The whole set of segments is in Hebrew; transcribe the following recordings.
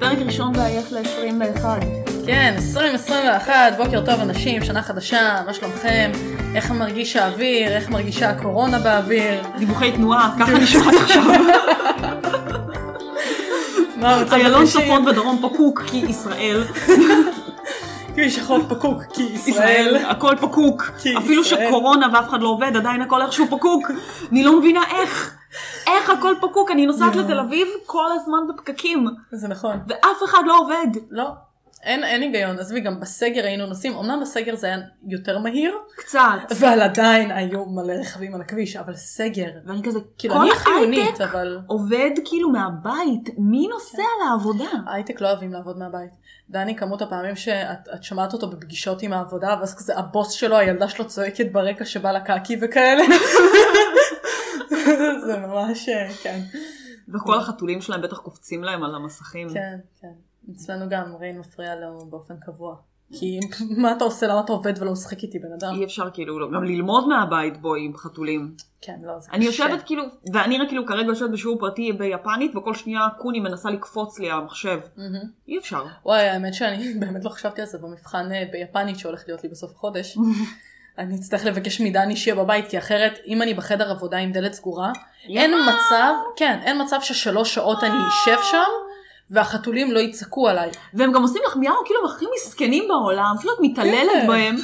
פרק ראשון בעייף ל-21. כן, 2021, בוקר טוב אנשים, שנה חדשה, מה שלומכם? איך מרגיש האוויר? איך מרגישה הקורונה באוויר? דיווחי תנועה, ככה נשמעת עכשיו. מה המצב איילון בכבישים? צפון ודרום פקוק כי ישראל. כביש החוף פקוק, כי ישראל. ישראל, הכל פקוק. כי אפילו ישראל. שקורונה ואף אחד לא עובד, עדיין הכל איכשהו פקוק. אני לא מבינה איך. איך הכל פקוק? אני נוסעת לתל אביב כל הזמן בפקקים, זה נכון. ואף אחד לא עובד. לא, אין, אין היגיון. עזבי, גם בסגר היינו נוסעים, אמנם בסגר זה היה יותר מהיר, קצת. אבל עדיין היו מלא רכבים על הכביש, אבל סגר. ואני כזה, כאילו, כל אני הייטק חיונית, אבל... עובד כאילו מהבית, מי נוסע לעבודה? הייטק לא אוהבים לעבוד מהבית. דני, כמות הפעמים שאת את שומעת אותו בפגישות עם העבודה, ואז כזה הבוס שלו, הילדה שלו צועקת ברקע שבא לקקי וכאלה. זה ממש, אה, כן, וכל החתולים שלהם בטח קופצים להם על המסכים. כן, כן. אצלנו גם ריין מפריע לו באופן קבוע. כי מה אתה עושה, למה אתה עובד ולא משחק איתי בן אדם? אי אפשר כאילו, לא- גם ללמוד מהבית בו עם חתולים. כן, לא, זה אני קשה. יושבת כאילו, ואני רק כאילו כרגע יושבת בשיעור פרטי ביפנית, וכל שנייה קוני מנסה לקפוץ לי המחשב. מהמם. אי אפשר. וואי, האמת שאני באמת לא חשבתי על זה במבחן אה, ביפנית שהולך להיות לי בסוף החודש. אני אצטרך לבקש מדני שיהיה בבית, כי אחרת, אם אני בחדר עבודה עם דלת סגורה, אין מצב, כן, אין מצב ששלוש שעות אני אשב שם, והחתולים לא יצעקו עליי. והם גם עושים לך מיהו כאילו הם הכי מסכנים בעולם, כאילו את מתעללת כן. בהם.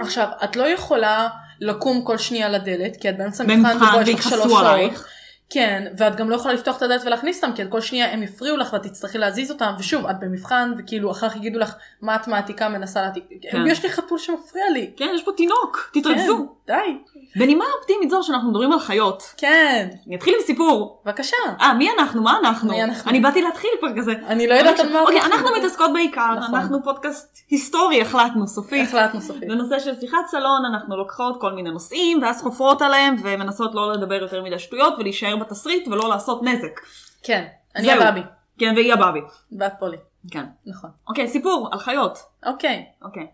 עכשיו, את לא יכולה לקום כל שנייה לדלת, כי את באמצע מבחן במבחן ובו יש לך שלוש והתחסו שעות. עלייך. כן, ואת גם לא יכולה לפתוח את הדלת ולהכניס אותם, כי כל שנייה הם יפריעו לך ואת תצטרכי להזיז אותם, ושוב, את במבחן, וכאילו אחר כך יגידו לך, מה את מעתיקה מנסה להעתיק. כן. יש לי חתול שמפריע לי. כן, יש פה תינוק, תתרכזו. כן, די. בנימה אופטימית זו שאנחנו מדברים על חיות. כן, אני אתחיל עם סיפור. בבקשה. אה, מי אנחנו? מה אנחנו? מי אנחנו? אני באתי להתחיל כבר כזה. אני לא יודעת על מה... אוקיי, אנחנו מתעסקות בעיקר, נכון. אנחנו פודקאסט היסטורי, החלטנו, סופי. החלטנו סופית. כן. בנושא של שיחת סלון אנחנו לוקחות כל מיני נושאים ואז חופרות עליהם ומנסות לא לדבר יותר מדי שטויות ולהישאר בתסריט ולא לעשות נזק. כן, אני זהו. הבאבי, כן, והיא הבאבי. ואת פולי. כן. נכון. אוקיי, סיפור על חיות. אוקיי. אוקיי.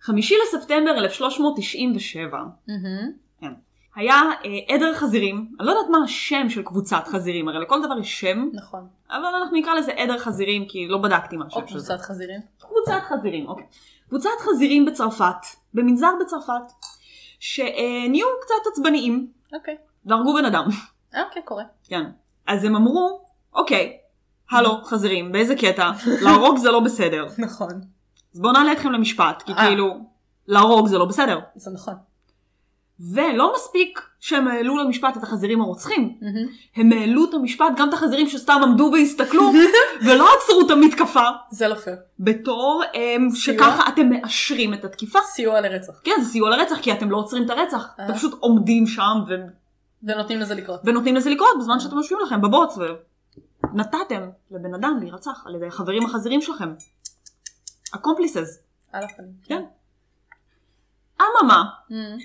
חמישי לספטמבר 1397 מהמם. היה אה, עדר חזירים, אני לא יודעת מה השם של קבוצת חזירים, הרי לכל דבר יש שם, נכון. אבל אנחנו נקרא לזה עדר חזירים כי לא בדקתי מה השם או של זה. קבוצת חזירים. קבוצת חזירים, אוקיי. קבוצת חזירים בצרפת, במנזר בצרפת, שנהיו קצת עצבניים. אוקיי. והרגו בן אדם. אה, אוקיי, קורה. כן. אז הם אמרו, אוקיי, הלו, חזירים, באיזה קטע? להרוג זה לא בסדר. נכון. אז בואו נעלה אתכם למשפט, כי אה. כאילו, להרוג זה לא בסדר. זה נכון. ולא מספיק שהם העלו למשפט את החזירים הרוצחים, הם העלו את המשפט גם את החזירים שסתם עמדו והסתכלו, ולא עצרו את המתקפה, זה לא פייר. בתור אמ, סיוע? שככה אתם מאשרים את התקיפה. סיוע לרצח. כן, זה סיוע לרצח, כי אתם לא עוצרים את הרצח, אה. אתם פשוט עומדים שם ו... ונותנים לזה לקרות. ונותנים לזה לקרות בזמן שאתם יושבים לכם בבוץ ו... נתתם לבן אדם להירצח על ידי החברים החזירים שלכם. הקומפליסס. על הפנים. כן. אממה, מהמם.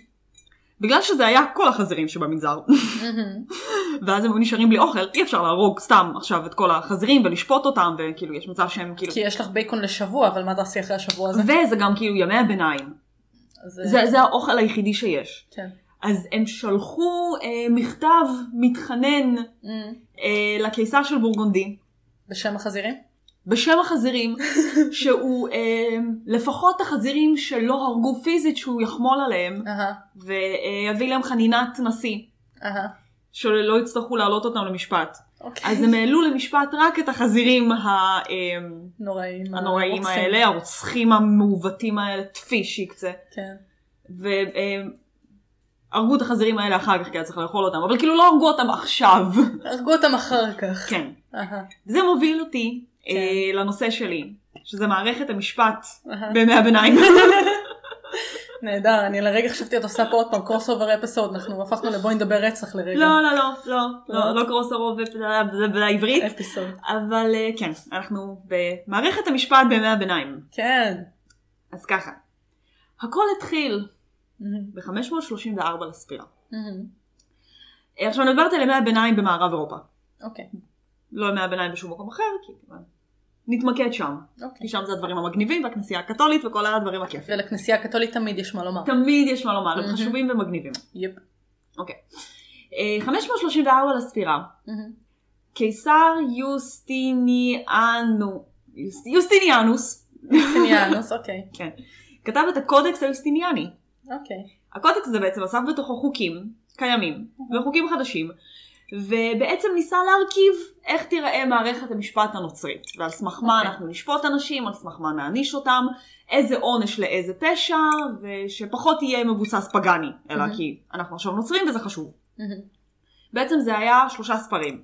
בגלל שזה היה כל החזירים שבמנזר, מהמם. ואז הם היו נשארים בלי אוכל, אי אפשר להרוג סתם עכשיו את כל החזירים ולשפוט אותם, וכאילו יש מצב שהם כאילו... כי יש לך בייקון לשבוע, אבל מה תעשי אחרי השבוע הזה? וזה גם כאילו ימי הביניים. אז, אה, זה, זה האוכל היחידי שיש. כן. אז הם שלחו אה, מכתב מתחנן מהמם. אה, לקיסר של בורגונדי, בשם החזירים? בשם החזירים, שהוא אה, לפחות החזירים שלא הרגו פיזית שהוא יחמול עליהם, אהה. ויביא להם חנינת נשיא, אהה. שלא יצטרכו להעלות אותם למשפט. אוקיי. אז הם העלו למשפט רק את החזירים ה... אה, נוראים. הנוראים הרוצחים. האלה, הרוצחים המעוותים האלה, טפי שיקצה. כן. והרגו את החזירים האלה אחר כך כי היה צריך לאכול אותם, אבל כאילו לא הרגו אותם עכשיו. הרגו אותם אחר כך. כן. אהה. זה מוביל אותי אה, לנושא שלי, שזה מערכת המשפט אהה. בימי הביניים. נהדר, אני לרגע חשבתי את עושה פה עוד פעם קרוס אובר אפיסוד, אנחנו הפכנו לבואי נדבר רצח לרגע. לא, לא, לא, לא, לא, לא קרוס הרוב בעברית, אפיסוד. אבל אה, כן, אנחנו במערכת המשפט בימי הביניים. כן. אז ככה, הכל התחיל מהמם. ב-534 לספירה. מהמם. אה, עכשיו אני מדברת על ימי הביניים במערב אירופה. אוקיי. לא ימי הביניים בשום מקום אחר, כי כמובן, נתמקד שם. אוקיי. כי שם זה הדברים המגניבים, והכנסייה הקתולית וכל הדברים הכיפים. ולכנסייה הקתולית תמיד יש מה לומר. תמיד יש מה לומר, הם מהמם. חשובים ומגניבים. יפ. אוקיי. אה, 534 לספירה, Mm-hmm. מהמם. קיסר יוסטיניאנו, יוס- יוסטיניאנוס סיניאנוס, אוקיי. כתב את הקודקס היוסטיניאני. אוקיי. הקודקס הזה בעצם אסף בתוכו חוקים קיימים וחוקים חדשים, ובעצם ניסה להרכיב איך תיראה מערכת המשפט הנוצרית, ועל סמך מה אוקיי. אנחנו נשפוט אנשים, על סמך מה נעניש אותם, איזה עונש לאיזה פשע, ושפחות יהיה מבוסס פגאני, אלא Mhm. כי אנחנו עכשיו נוצרים וזה חשוב. מהמם. בעצם זה היה שלושה ספרים.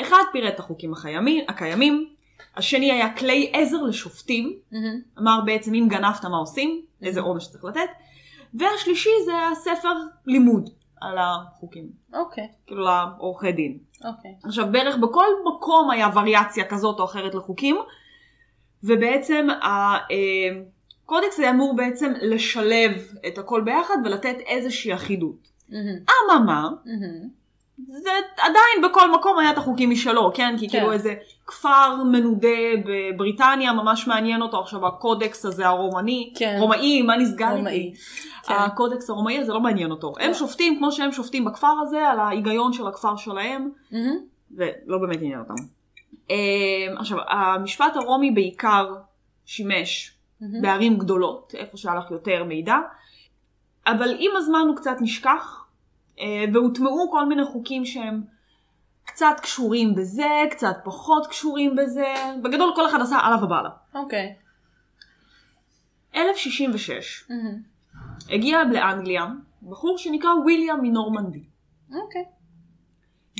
אחד פירט את החוקים הקיימים, הקיימים, השני היה כלי עזר לשופטים, מהמם. אמר בעצם אם גנבת מה עושים, איזה עונש צריך לתת, והשלישי זה הספר לימוד על החוקים, אוקיי. כאילו לעורכי דין. אוקיי. עכשיו בערך בכל מקום היה וריאציה כזאת או אחרת לחוקים, ובעצם הקודקס היה אמור בעצם לשלב את הכל ביחד ולתת איזושהי אחידות. מהמם. אממה, מהמם. זה עדיין בכל מקום היה את החוקים משלו, כן? כי כן. כאילו איזה כפר מנודה בבריטניה, ממש מעניין אותו עכשיו הקודקס הזה הרומני. כן. רומאי, מה נסגר רומאי. איתי? כן. הקודקס הרומאי הזה לא מעניין אותו. הם לא. שופטים כמו שהם שופטים בכפר הזה, על ההיגיון של הכפר שלהם, מהמם. ולא באמת עניין אותם. אמ, עכשיו, המשפט הרומי בעיקר שימש מהמם. בערים גדולות, איפה שהיה לך יותר מידע, אבל עם הזמן הוא קצת נשכח, אה, והוטמעו כל מיני חוקים שהם קצת קשורים בזה, קצת פחות קשורים בזה, בגדול כל אחד עשה עליו ובעלה. אוקיי. 1066 מהמם. הגיע לאנגליה בחור שנקרא ויליאם מנורמנדי, אוקיי.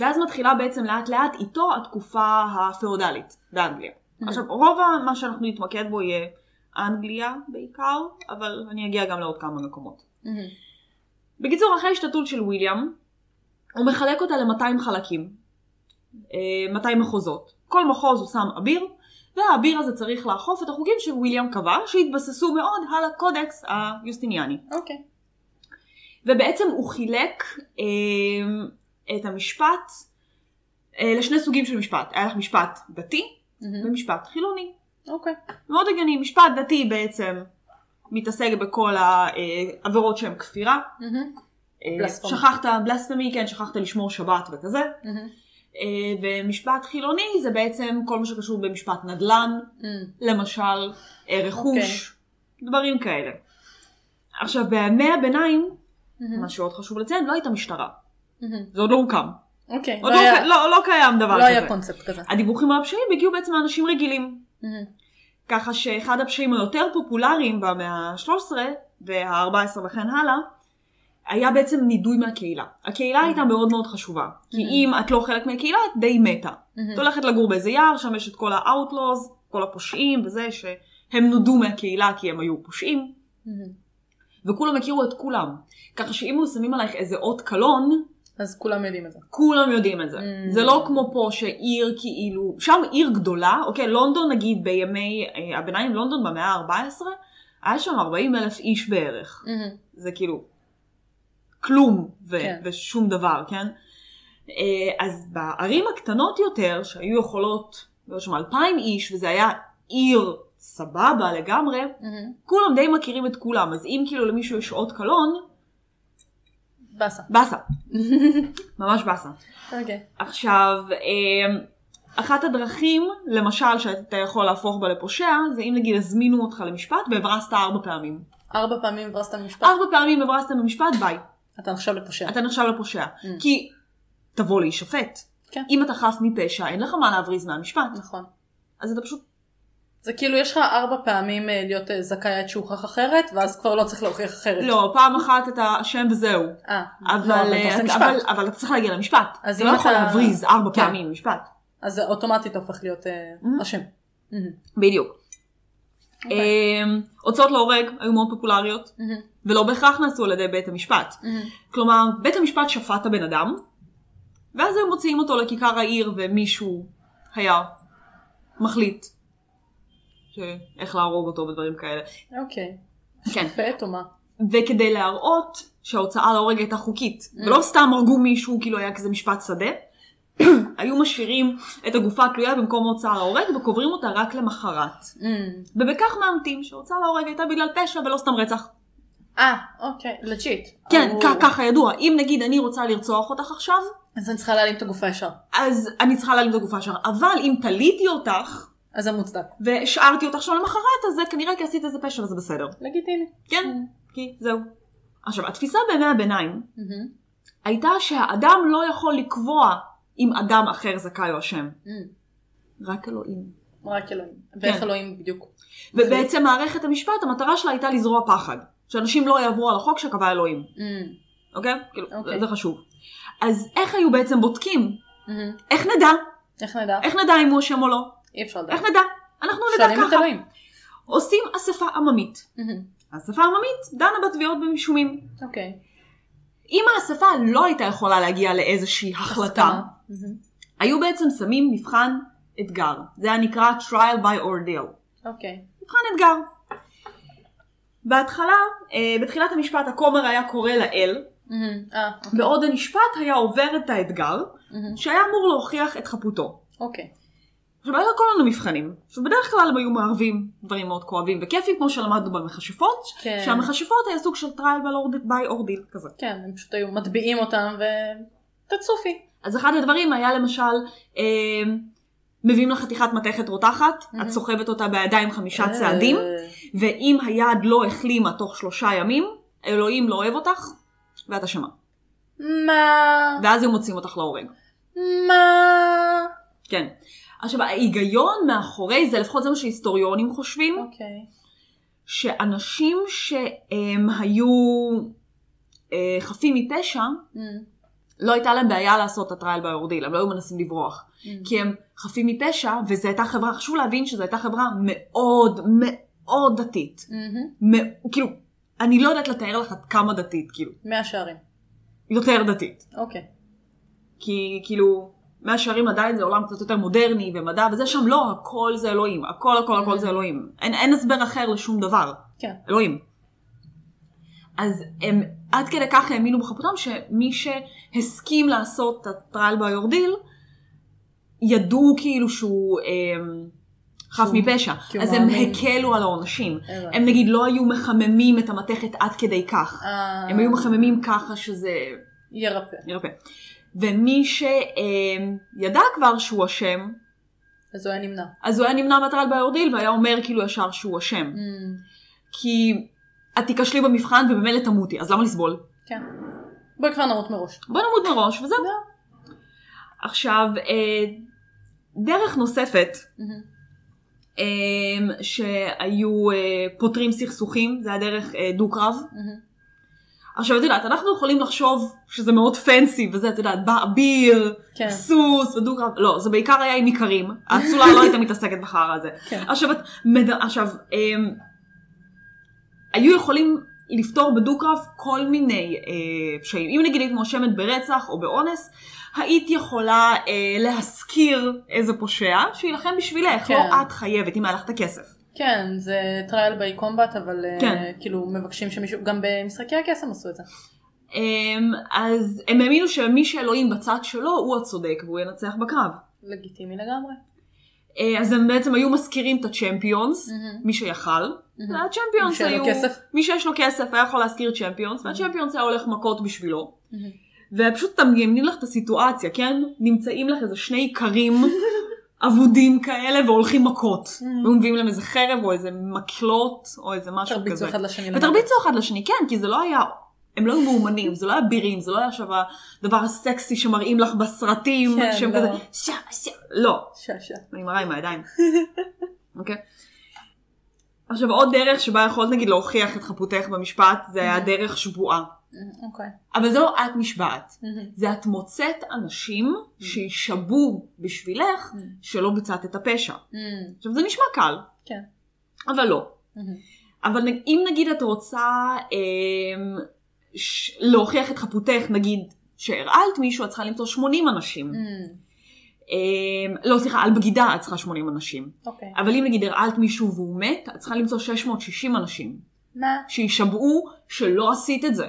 ואז מתחילה בעצם לאט לאט איתו התקופה הפאודלית באנגליה. Mhm. עכשיו רוב ה- מה שאנחנו נתמקד בו יהיה אנגליה בעיקר, אבל אני אגיע גם לעוד כמה מקומות. מהמם. בקיצור, אחרי ההשתתות של וויליאם, הוא מחלק אותה ל-200 חלקים, אה, 200 מחוזות. כל מחוז הוא שם אביר, והאביר הזה צריך לאכוף את החוקים שוויליאם קבע, שהתבססו מאוד על הקודקס היוסטיניאני. אוקיי. ובעצם הוא חילק אה, את המשפט אה, לשני סוגים של משפט. היה לך משפט דתי מהמם. ומשפט חילוני. mm-hmm, אוקיי. מאוד הגיוני, משפט דתי בעצם מתעסק בכל העבירות שהן כפירה, מהמם. אה, בלספמי. שכחת, בלספמי, כן, שכחת לשמור שבת וכזה. מהמם. אה, ומשפט חילוני זה בעצם כל מה שקשור במשפט נדל"ן, מהמם. למשל אה, רכוש, אוקיי. דברים כאלה. עכשיו, בימי הביניים, מהמם. מה שעוד חשוב לציין, לא הייתה משטרה. מהמם. זה עוד לא הוקם. אוקיי. עוד Mm-hmm. לא לא היה- הוק- לא לא קיים דבר לא היה כזה. קונספט כזה. Mm-hmm, הדיווחים על הפשעים הגיעו בעצם מאנשים רגילים. מהמם. ככה שאחד הפשעים היותר פופולריים במאה ה-13 וה-14 וכן הלאה, היה בעצם נידוי מהקהילה. הקהילה הייתה מאוד מאוד חשובה. כי אם את לא חלק מהקהילה, את די מתה. את מהמם. הולכת לגור באיזה יער, שם יש את כל ה-outlaws, כל הפושעים וזה, שהם נודו מהקהילה כי הם היו פושעים, מהמם. וכולם הכירו את כולם. ככה שאם היו שמים עלייך איזה אות קלון, אז כולם יודעים את זה. כולם יודעים את זה. Mm. זה לא כמו פה שעיר כאילו, שם עיר גדולה, אוקיי, לונדון נגיד בימי אה, הביניים, לונדון במאה ה-14, היה שם 40 אלף איש בערך. מהמם. זה כאילו כלום ו- כן. כן. ושום דבר, כן? אה, אז בערים הקטנות יותר, שהיו יכולות, היו שם אלפיים איש, וזה היה עיר סבבה לגמרי, מהמם. כולם די מכירים את כולם, אז אם כאילו למישהו יש אות קלון, באסה. באסה. ממש באסה. אוקיי. עכשיו, אה, אחת הדרכים, למשל, שאתה יכול להפוך בה לפושע, זה אם נגיד הזמינו אותך למשפט והברסת ארבע פעמים. ארבע פעמים הברסת משפט, ארבע פעמים הברסת במשפט, ביי. אתה נחשב לפושע. אתה נחשב לפושע. כי תבוא להישפט. Mm. כן. אם אתה חף מפשע, אין לך מה להבריז מהמשפט. נכון. אז אתה פשוט... זה כאילו יש לך ארבע פעמים אה, להיות אה, זכאי עד שהוכח אחרת, ואז כבר לא צריך להוכיח אחרת. לא, פעם אחת אתה אשם וזהו. אה, אבל, לא, אבל אתה אה, עושה אתה- משפט. אבל, אבל אתה צריך להגיע למשפט. אז אתה אם לא יכול אתה- להבריז ארבע כן. פעמים משפט. אז זה אוטומטית הופך להיות אה, Mhm. אשם. Mhm. בדיוק. אוקיי. אמ, הוצאות להורג היו מאוד פופולריות, Mhm. ולא בהכרח נעשו על ידי בית המשפט. Mhm. כלומר, בית המשפט שפט את הבן אדם, ואז היו מוציאים אותו לכיכר העיר ומישהו היה מחליט ש... איך להרוג אותו ודברים כאלה. אוקיי. כן. שופט או מה? וכדי להראות שההוצאה להורג הייתה חוקית, ולא סתם הרגו מישהו כאילו היה כזה משפט שדה, היו משאירים את הגופה התלויה במקום ההוצאה להורג וקוברים אותה רק למחרת. Mhm. ובכך מאמתים שההוצאה להורג הייתה בגלל פשע ולא סתם רצח. אה, אוקיי, לג'יט. כן, או- כ- ככה ידוע. אם נגיד אני רוצה לרצוח אותך עכשיו, אז אני צריכה להעלים את הגופה ישר. אז אני צריכה להעלים את הגופה שלך. אבל אם תליתי אותך, אז זה מוצדק. והשארתי אותך שם למחרת, אז זה כנראה כי עשית איזה פשע וזה בסדר. לגיטימי. כן, כי זהו. עכשיו, התפיסה בימי הביניים הייתה שהאדם לא יכול לקבוע אם אדם אחר זכאי או אשם. רק אלוהים. רק אלוהים. ואיך אלוהים בדיוק. ובעצם מערכת המשפט, המטרה שלה הייתה לזרוע פחד. שאנשים לא יעברו על החוק שקבע אלוהים, אמ, אוקיי? כאילו, אוקיי. זה חשוב. אז איך היו בעצם בודקים? אמ. איך נדע? איך נדע? איך נדע אם הוא אשם או לא? אי אפשר לדעת. איך נדע? אנחנו שואלים נדע את ככה. אלוהים. עושים אספה עממית. אמ, האספה העממית דנה בתביעות במשומים. אוקיי. אם האספה לא הייתה יכולה להגיע לאיזושהי החלטה, הסכמה. אמ, היו בעצם שמים מבחן אתגר. זה היה נקרא trial by ordeal. אוקיי. מבחן אתגר. בהתחלה, אה, בתחילת המשפט הכומר היה קורא לאל, אמ, אה, בעוד הנשפט היה עובר את האתגר, אמ, שהיה אמור להוכיח את חפותו. אוקיי. עכשיו היו לו כל מיני מבחנים, שבדרך כלל הם היו מערבים דברים מאוד כואבים וכיפים, כמו שלמדנו במכשפות, כן. שהמכשפות היה סוג של trial by ordeal- by ordeal כזה. כן, הם פשוט היו מטביעים אותם ו... תצופי. אז אחד הדברים היה למשל, אה, מביאים לך חתיכת מתכת רותחת, את סוחבת אותה בידיים חמישה צעדים, אה, ואם היד לא החלימה תוך שלושה ימים, אלוהים לא אוהב אותך, ואת אשמה. מה? ואז הם מוצאים אותך להורג. מה? כן. עכשיו, ההיגיון מאחורי זה, לפחות זה מה שהיסטוריונים חושבים, אוקיי. שאנשים שהם היו אה, חפים מפשע, אמ, לא הייתה להם בעיה לעשות את הטרייל ביורדיל, הם לא היו מנסים לברוח. אמ. כי הם חפים מפשע, וזו הייתה חברה, חשוב להבין שזו הייתה חברה מאוד מאוד דתית. אמ, מא- כאילו, אני לא יודעת לתאר לך עד כמה דתית, כאילו, מאה שערים. יותר דתית. אוקיי. כי כאילו, מאה שערים עדיין זה עולם קצת יותר מודרני ומדע, וזה שם לא, הכל זה אלוהים, הכל הכל הכל זה אלוהים. אין, אין הסבר אחר לשום דבר, Mm. כן. אלוהים. אז הם עד כדי כך האמינו בחפותם שמי שהסכים לעשות את הטרל ביורדיל, ידעו כאילו שהוא אמ, חף שהוא- מפשע. כי הוא אז הם מאמין. הקלו על העונשים. הבנתי. הם נגיד לא היו מחממים את המתכת עד כדי כך. אה, הם היו מחממים ככה שזה ירפא. ירפא. ומי שידע כבר שהוא אשם, אז הוא היה נמנע. אז הוא היה נמנע מהטרל ביורדיל והיה אומר כאילו ישר שהוא אשם. אמ, כי את תיכשלי במבחן ובמילא תמותי, אז למה לסבול? כן. בואי כבר נמות מראש. בוא נמות מראש וזהו. עכשיו, אה, דרך נוספת אמ, אה, שהיו אה, פותרים סכסוכים, זה היה דרך אה, דו-קרב. אמ, עכשיו, את יודעת, אנחנו יכולים לחשוב שזה מאוד פנסי וזה, את יודעת, בא אביר, כן. סוס ודו-קרב, לא, זה בעיקר היה עם איכרים, האצולה לא הייתה מתעסקת בחרא הזה. כן. עכשיו, את מד... עכשיו הם... היו יכולים לפתור בדו-קרב כל מיני אה, פשעים. אם נגיד היית מואשמת ברצח או באונס, היית יכולה אה, להשכיר איזה פושע שיילחם בשבילך, כן. לא את חייבת, אם היה לך את הכסף. כן, זה טרייל ביי קומבט, אבל אה, כן. כאילו מבקשים שמישהו, גם במשחקי הקסם עשו את זה. אמ, אז הם האמינו שמי שאלוהים בצד שלו הוא הצודק והוא ינצח בקרב. לגיטימי לגמרי. אה, אז הם בעצם היו מזכירים את הצ'מפיונס, מהמם. מי שיכל, מהמם. מי והצ'מפיונס שהיה היו... לו כסף. מי שיש לו כסף היה יכול להזכיר צ'מפיונס, והצ'מפיונס היה הולך מכות בשבילו. מהמם. ופשוט תמגנים לך את הסיטואציה, כן? נמצאים לך איזה שני איכרים אבודים כאלה והולכים מכות. והיו מביאים להם איזה חרב או איזה מקלות או איזה משהו כזה. תרביצו אחד לשני. למעלה. ותרביצו אחד לשני, כן, כי זה לא היה, הם לא היו מאומנים, זה לא היה בירים, זה לא היה עכשיו הדבר הסקסי שמראים לך בסרטים, כן, שהם לא. כזה, שע, שע, לא, שעשע. אני מראה עם הידיים, אוקיי? עכשיו עוד דרך שבה יכולת נגיד להוכיח את חפותך במשפט, זה היה דרך שבועה. אוקיי. אבל זה לא את נשבעת, מהמם. זה את מוצאת אנשים שישבו בשבילך שלא ביצעת את הפשע. מהמם. עכשיו זה נשמע קל, כן. אבל לא. מהמם. אבל נג- אם נגיד את רוצה אמ, ש... להוכיח את חפותך, נגיד שהרעלת מישהו, את צריכה למצוא 80 אנשים. מהמם. אמ, לא, סליחה, על בגידה את צריכה 80 אנשים. אוקיי. אבל אם נגיד הרעלת מישהו והוא מת, את צריכה למצוא 660 אנשים. מה? שישבעו שלא עשית את זה.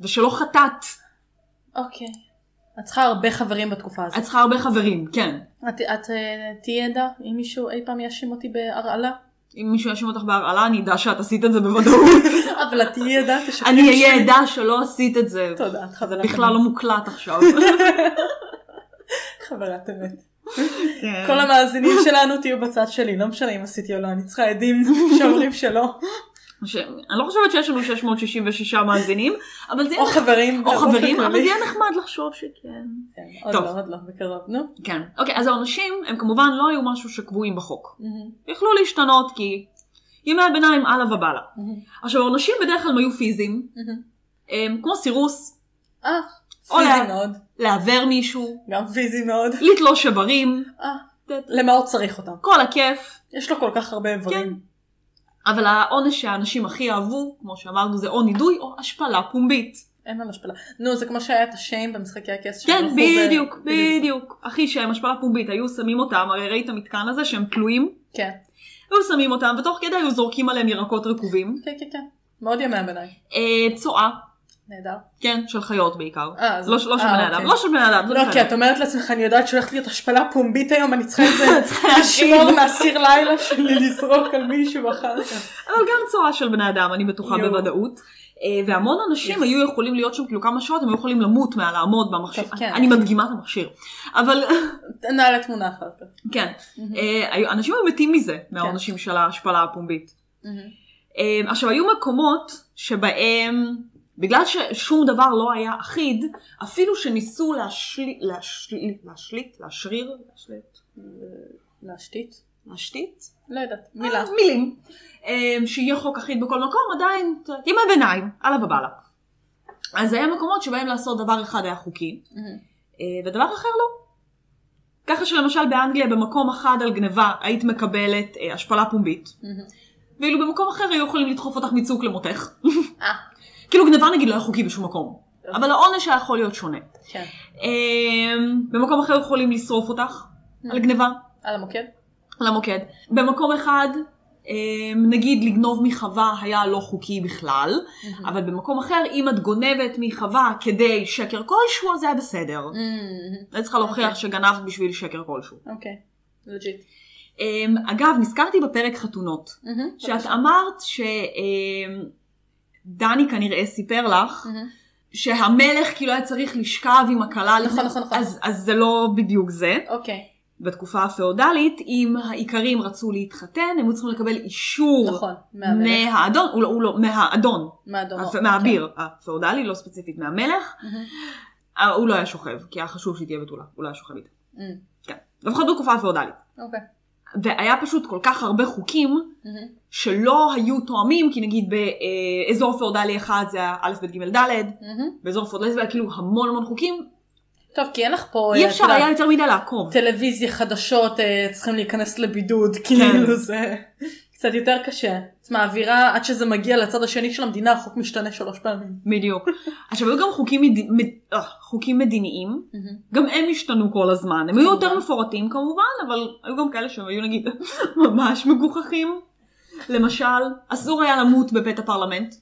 ושלא חטאת. אוקיי. את צריכה הרבה חברים בתקופה הזאת. את צריכה הרבה חברים, כן. את, את אה, תהיי עדה אם מישהו אי פעם יאשים אותי בהרעלה? אם מישהו יאשים אותך בהרעלה, אני אדע שאת עשית את זה בוודאות. אבל את תהיי עדה תשקרי. אני אהיה עדה שלא עשית את זה. תודה, את חברת אמת. בכלל לא מוקלט עכשיו. חברת אמת. כל המאזינים שלנו תהיו בצד שלי, לא משנה אם עשיתי או לא, אני צריכה עדים שאומרים שלא. ש... אני לא חושבת שיש לנו 666 מאזינים, אבל זה יהיה או חברים. או באופן חברים, אבל זה כללי. יהיה נחמד לחשוב שכן. כן, עוד טוב. לא, עוד לא, בקרוב, נו. כן. אוקיי, אז העונשים הם כמובן לא היו משהו שקבועים בחוק. Mm-hmm. יכלו להשתנות כי ימי הביניים הלאה ובאללה. עכשיו, העונשים בדרך כלל היו פיזיים, הם כמו סירוס, אה, אולי. פיזי מאוד, לעוור מישהו, גם פיזי מאוד. לתלוש שברים, אה, למה עוד צריך אותם? כל הכיף. יש לו כל כך הרבה איברים. אבל העונש שהאנשים הכי אהבו, כמו שאמרנו, זה או נידוי או השפלה פומבית. אין על השפלה. נו, זה כמו שהיה את השיים במשחקי הכס. כן, שהלכו ו- בדיוק, בדיוק. אחי שהם השפלה פומבית, היו שמים אותם, הרי ראית המתקן הזה שהם תלויים, כן, היו שמים אותם, ותוך כדי היו זורקים עליהם ירקות רקובים. כן, כן, כן. מאוד ימי הביניים. אה, צואה, נהדר. כן, של חיות בעיקר. אה, אז- לא של לא של אה, בני אוקיי. אדם, לא של בני אדם. זה לא, בסדר. כי את אומרת לעצמך, אני יודעת שהולכת להיות השפלה פומבית היום, אני צריכה איזה צריכה להגיד. לשמור מאסיר לילה שלי לזרוק על מישהו אחר כך. אבל גם צואה של בני אדם, אני בטוחה יואו. בוודאות. אה, והמון אנשים Yes. היו יכולים להיות שם כאילו כמה שעות, הם היו יכולים למות מהלעמוד במכשיר. טוב, כן. אני מדגימה את המכשיר. אבל נעלה תמונה אחר כך. כן, אה, היו- אנשים היו מתים מזה, כן. מהעונשים של ההשפלה הפומבית. אמ, עכשיו, היו מקומות שבהם, בגלל ששום דבר לא היה אחיד, אפילו שניסו להשליט, להשליט, להשליט, להשריר, להשליט, להשתית? להשתית? לא יודעת, מילה. אה, מילים. אמ, שיהיה חוק אחיד בכל מקום, עדיין, את יודעת, עם הביניים, הלאה ובאללה. אז זה היה מקומות שבהם לעשות דבר אחד היה חוקי, אה, ודבר אחר לא. ככה שלמשל באנגליה במקום אחד על גניבה היית מקבלת אה, השפלה פומבית, ואילו במקום אחר היו יכולים לדחוף אותך מצוק למותך. אה, כאילו גניבה נגיד לא היה חוקי בשום מקום, אבל העונש היה יכול להיות שונה. כן. אמ, במקום אחר יכולים לשרוף אותך על גניבה על המוקד? למוקד. במקום אחד, אמ, נגיד לגנוב מחווה היה לא חוקי בכלל, אבל במקום אחר, אם את גונבת מחווה כדי שקר כלשהו, אז זה היה בסדר. Mm. היית צריכה להוכיח שגנבת בשביל שקר כלשהו. אוקיי, לג'יט. אמ, אגב, נזכרתי בפרק חתונות, שאת אמרת שדני כנראה סיפר לך, שהמלך כאילו היה צריך לשכב עם הכלה, Mm. נכון, נכון, נכון. אז, אז זה לא בדיוק זה. אוקיי, בתקופה הפאודלית, אם האיכרים רצו להתחתן, הם היו צריכים לקבל אישור נכון, מהמלך, לא, כן. מהאדון, הוא לא, הוא לא, מהאדון, מהאדונות. הפ- מהאביר, הפאודלי, לא ספציפית מהמלך, Mm-hmm. אה, הוא לא היה שוכב, כי היה חשוב שהיא תהיה בתולה, הוא לא היה שוכב איתה. Mm. כן, לפחות בתקופה הפאודלית. אוקיי. והיה פשוט כל כך הרבה חוקים מהמם. שלא היו תואמים, כי נגיד באזור פאודלי אחד זה היה א', ב', ג', ד', מהמם. באזור פאודלי זה היה כאילו המון המון חוקים, טוב, כי אין לך פה... אי אה, את אפשר יודעת, היה יותר מדי לעקוב. טלוויזיה חדשות אה, צריכים להיכנס לבידוד, כן. כאילו זה קצת יותר קשה. תשמע, האווירה עד שזה מגיע לצד השני של המדינה, החוק משתנה שלוש פעמים. בדיוק. עכשיו היו גם חוקים, מד... מד... אה, חוקים מדיניים, גם הם השתנו כל הזמן. הם היו כן, יותר מפורטים כמובן, אבל היו גם כאלה שהם היו נגיד ממש מגוחכים. למשל, אסור היה למות בבית הפרלמנט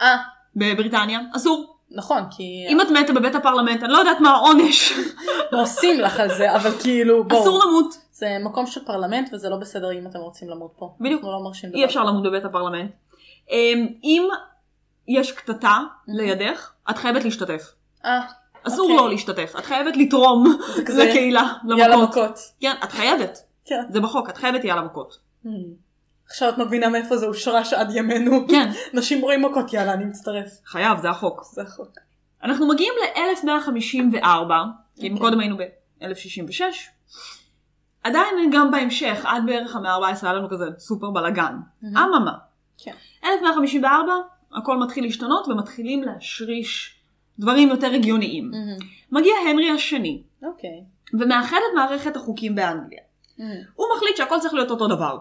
אה, בבריטניה, אסור. נכון, כי אם את מתה בבית הפרלמנט, אני לא יודעת מה העונש, לא עושים לך על זה, אבל כאילו, אסור בואו. למות. זה מקום של פרלמנט וזה לא בסדר אם אתם רוצים למות פה. בדיוק. אנחנו לא מרשים דבר. אי אפשר למות בבית הפרלמנט. אמ, אם יש קטטה לידך, את חייבת להשתתף. אה, אסור אוקיי. לא להשתתף, את חייבת לתרום זה כזה, לקהילה, יאללה כאילו למכות. מכות. כן, את חייבת. כן. זה בחוק, את חייבת יאללה מכות. עכשיו את מבינה מאיפה זה הושרש עד ימינו. כן, נשים רואים מכות, יאללה, אני מצטרף. חייב, זה החוק. זה החוק. אנחנו מגיעים ל-1154, כי אוקיי. קודם היינו ב-1066. עדיין גם בהמשך, עד בערך המאה ה-14 היה לנו כזה סופר בלאגן. אממה. Mm-hmm. כן. 1154, הכל מתחיל להשתנות ומתחילים להשריש דברים יותר הגיוניים. Mm. מגיע הנרי השני, אוקיי. ומאחד את מערכת החוקים באנגליה. הוא מחליט שהכל צריך להיות אותו דבר.